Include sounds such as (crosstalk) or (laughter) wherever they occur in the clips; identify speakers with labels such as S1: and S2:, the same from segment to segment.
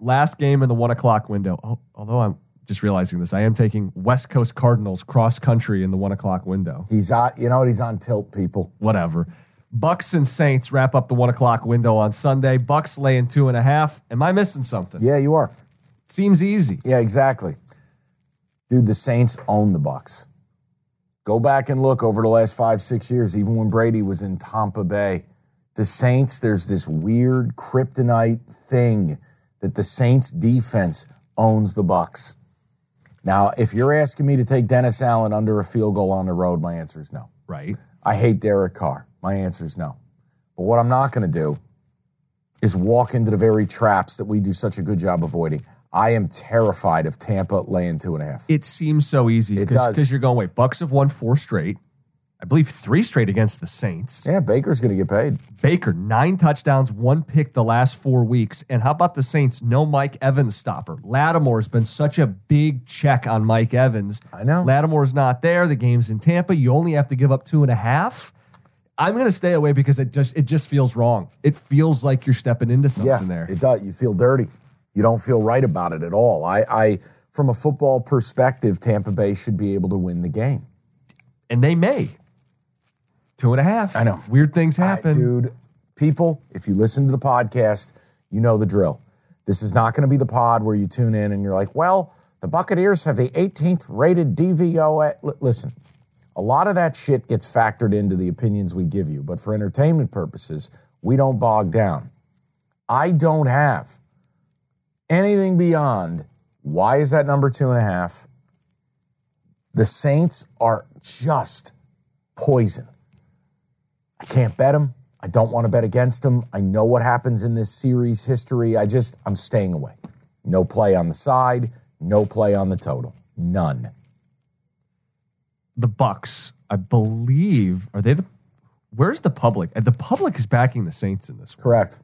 S1: last game in the one o'clock window. Al- Although I'm just realizing this, I am taking West Coast Cardinals cross country in the one o'clock window.
S2: He's on, you know what? He's on tilt, people.
S1: Whatever. Bucks and Saints wrap up the one o'clock window on Sunday. Bucks laying two and a half. Am I missing something?
S2: Yeah, you are.
S1: Seems easy.
S2: Yeah, exactly. Dude, the Saints own the Bucks. Go back and look over the last five, six years, even when Brady was in Tampa Bay. The Saints, there's this weird kryptonite thing that the Saints defense owns the Bucks. Now, if you're asking me to take Dennis Allen under a field goal on the road, my answer is no.
S1: Right.
S2: I hate Derek Carr. My answer is no. But what I'm not going to do is walk into the very traps that we do such a good job avoiding. I am terrified of Tampa laying two and a half.
S1: It seems so easy.
S2: It does.
S1: Because you're going, wait, Bucks have won four straight. I believe three straight against the Saints.
S2: Yeah, Baker's going to get paid.
S1: Baker, nine touchdowns, one pick the last four weeks. And how about the Saints? No Mike Evans stopper. Lattimore's been such a big check on Mike Evans.
S2: I know.
S1: Lattimore's not there. The game's in Tampa. You only have to give up two and a half. I'm gonna stay away because it just it just feels wrong. It feels like you're stepping into something there.
S2: Yeah, it does. You feel dirty. You don't feel right about it at all. I, I, from a football perspective, Tampa Bay should be able to win the game.
S1: and they may. Two and a half.
S2: I know.
S1: Weird things happen.
S2: I- dude, people, if you listen to the podcast, you know the drill. This is not going to be the pod where you tune in and you're like, well, the Buccaneers have the 18th rated DVOA. L- listen, a lot of that shit gets factored into the opinions we give you, but for entertainment purposes, we don't bog down. I don't have anything beyond why is that number two and a half? The Saints are just poison. I can't bet them. I don't want to bet against them. I know what happens in this series history. I just, I'm staying away. No play on the side, no play on the total. None.
S1: the Bucks, I believe, are they the where's the public? Uh, The public is backing the Saints in this one.
S2: Correct.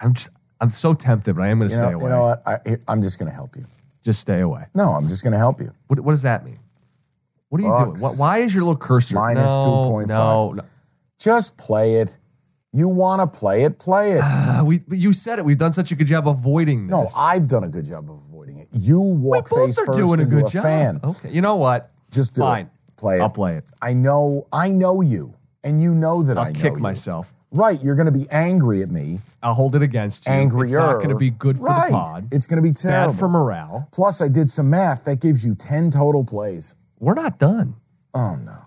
S1: I'm just I'm so tempted, but I am going to
S2: You
S1: stay
S2: know,
S1: away.
S2: you know what? I, I'm just going to help you.
S1: Just stay away.
S2: No, I'm just going to help you.
S1: What, what does that mean? What are you doing?
S2: Bucks.
S1: What, why is your little cursor
S2: Minus
S1: no,
S2: 2.5.
S1: No, no.
S2: Just play it. You want to play it, play
S1: (sighs)
S2: it.
S1: Uh, we but you said it. We've done such a good job avoiding this.
S2: No, I've done a good job of avoiding it. You
S1: we
S2: walk
S1: both
S2: face
S1: are
S2: first
S1: doing a
S2: into
S1: good
S2: a
S1: job.
S2: fan.
S1: Okay, you know what?
S2: Just do
S1: Fine.
S2: it. Play it.
S1: I'll play it.
S2: I know. I know you, and you know that
S1: I'll
S2: know
S1: kick
S2: you.
S1: myself.
S2: Right, you're going to be angry at me.
S1: I'll hold it against you.
S2: angrier.
S1: It's not going to be good for
S2: right.
S1: the pod.
S2: It's going to be terrible.
S1: bad for morale.
S2: Plus, I did some math. That gives you 10 total plays.
S1: We're not done.
S2: Oh, no.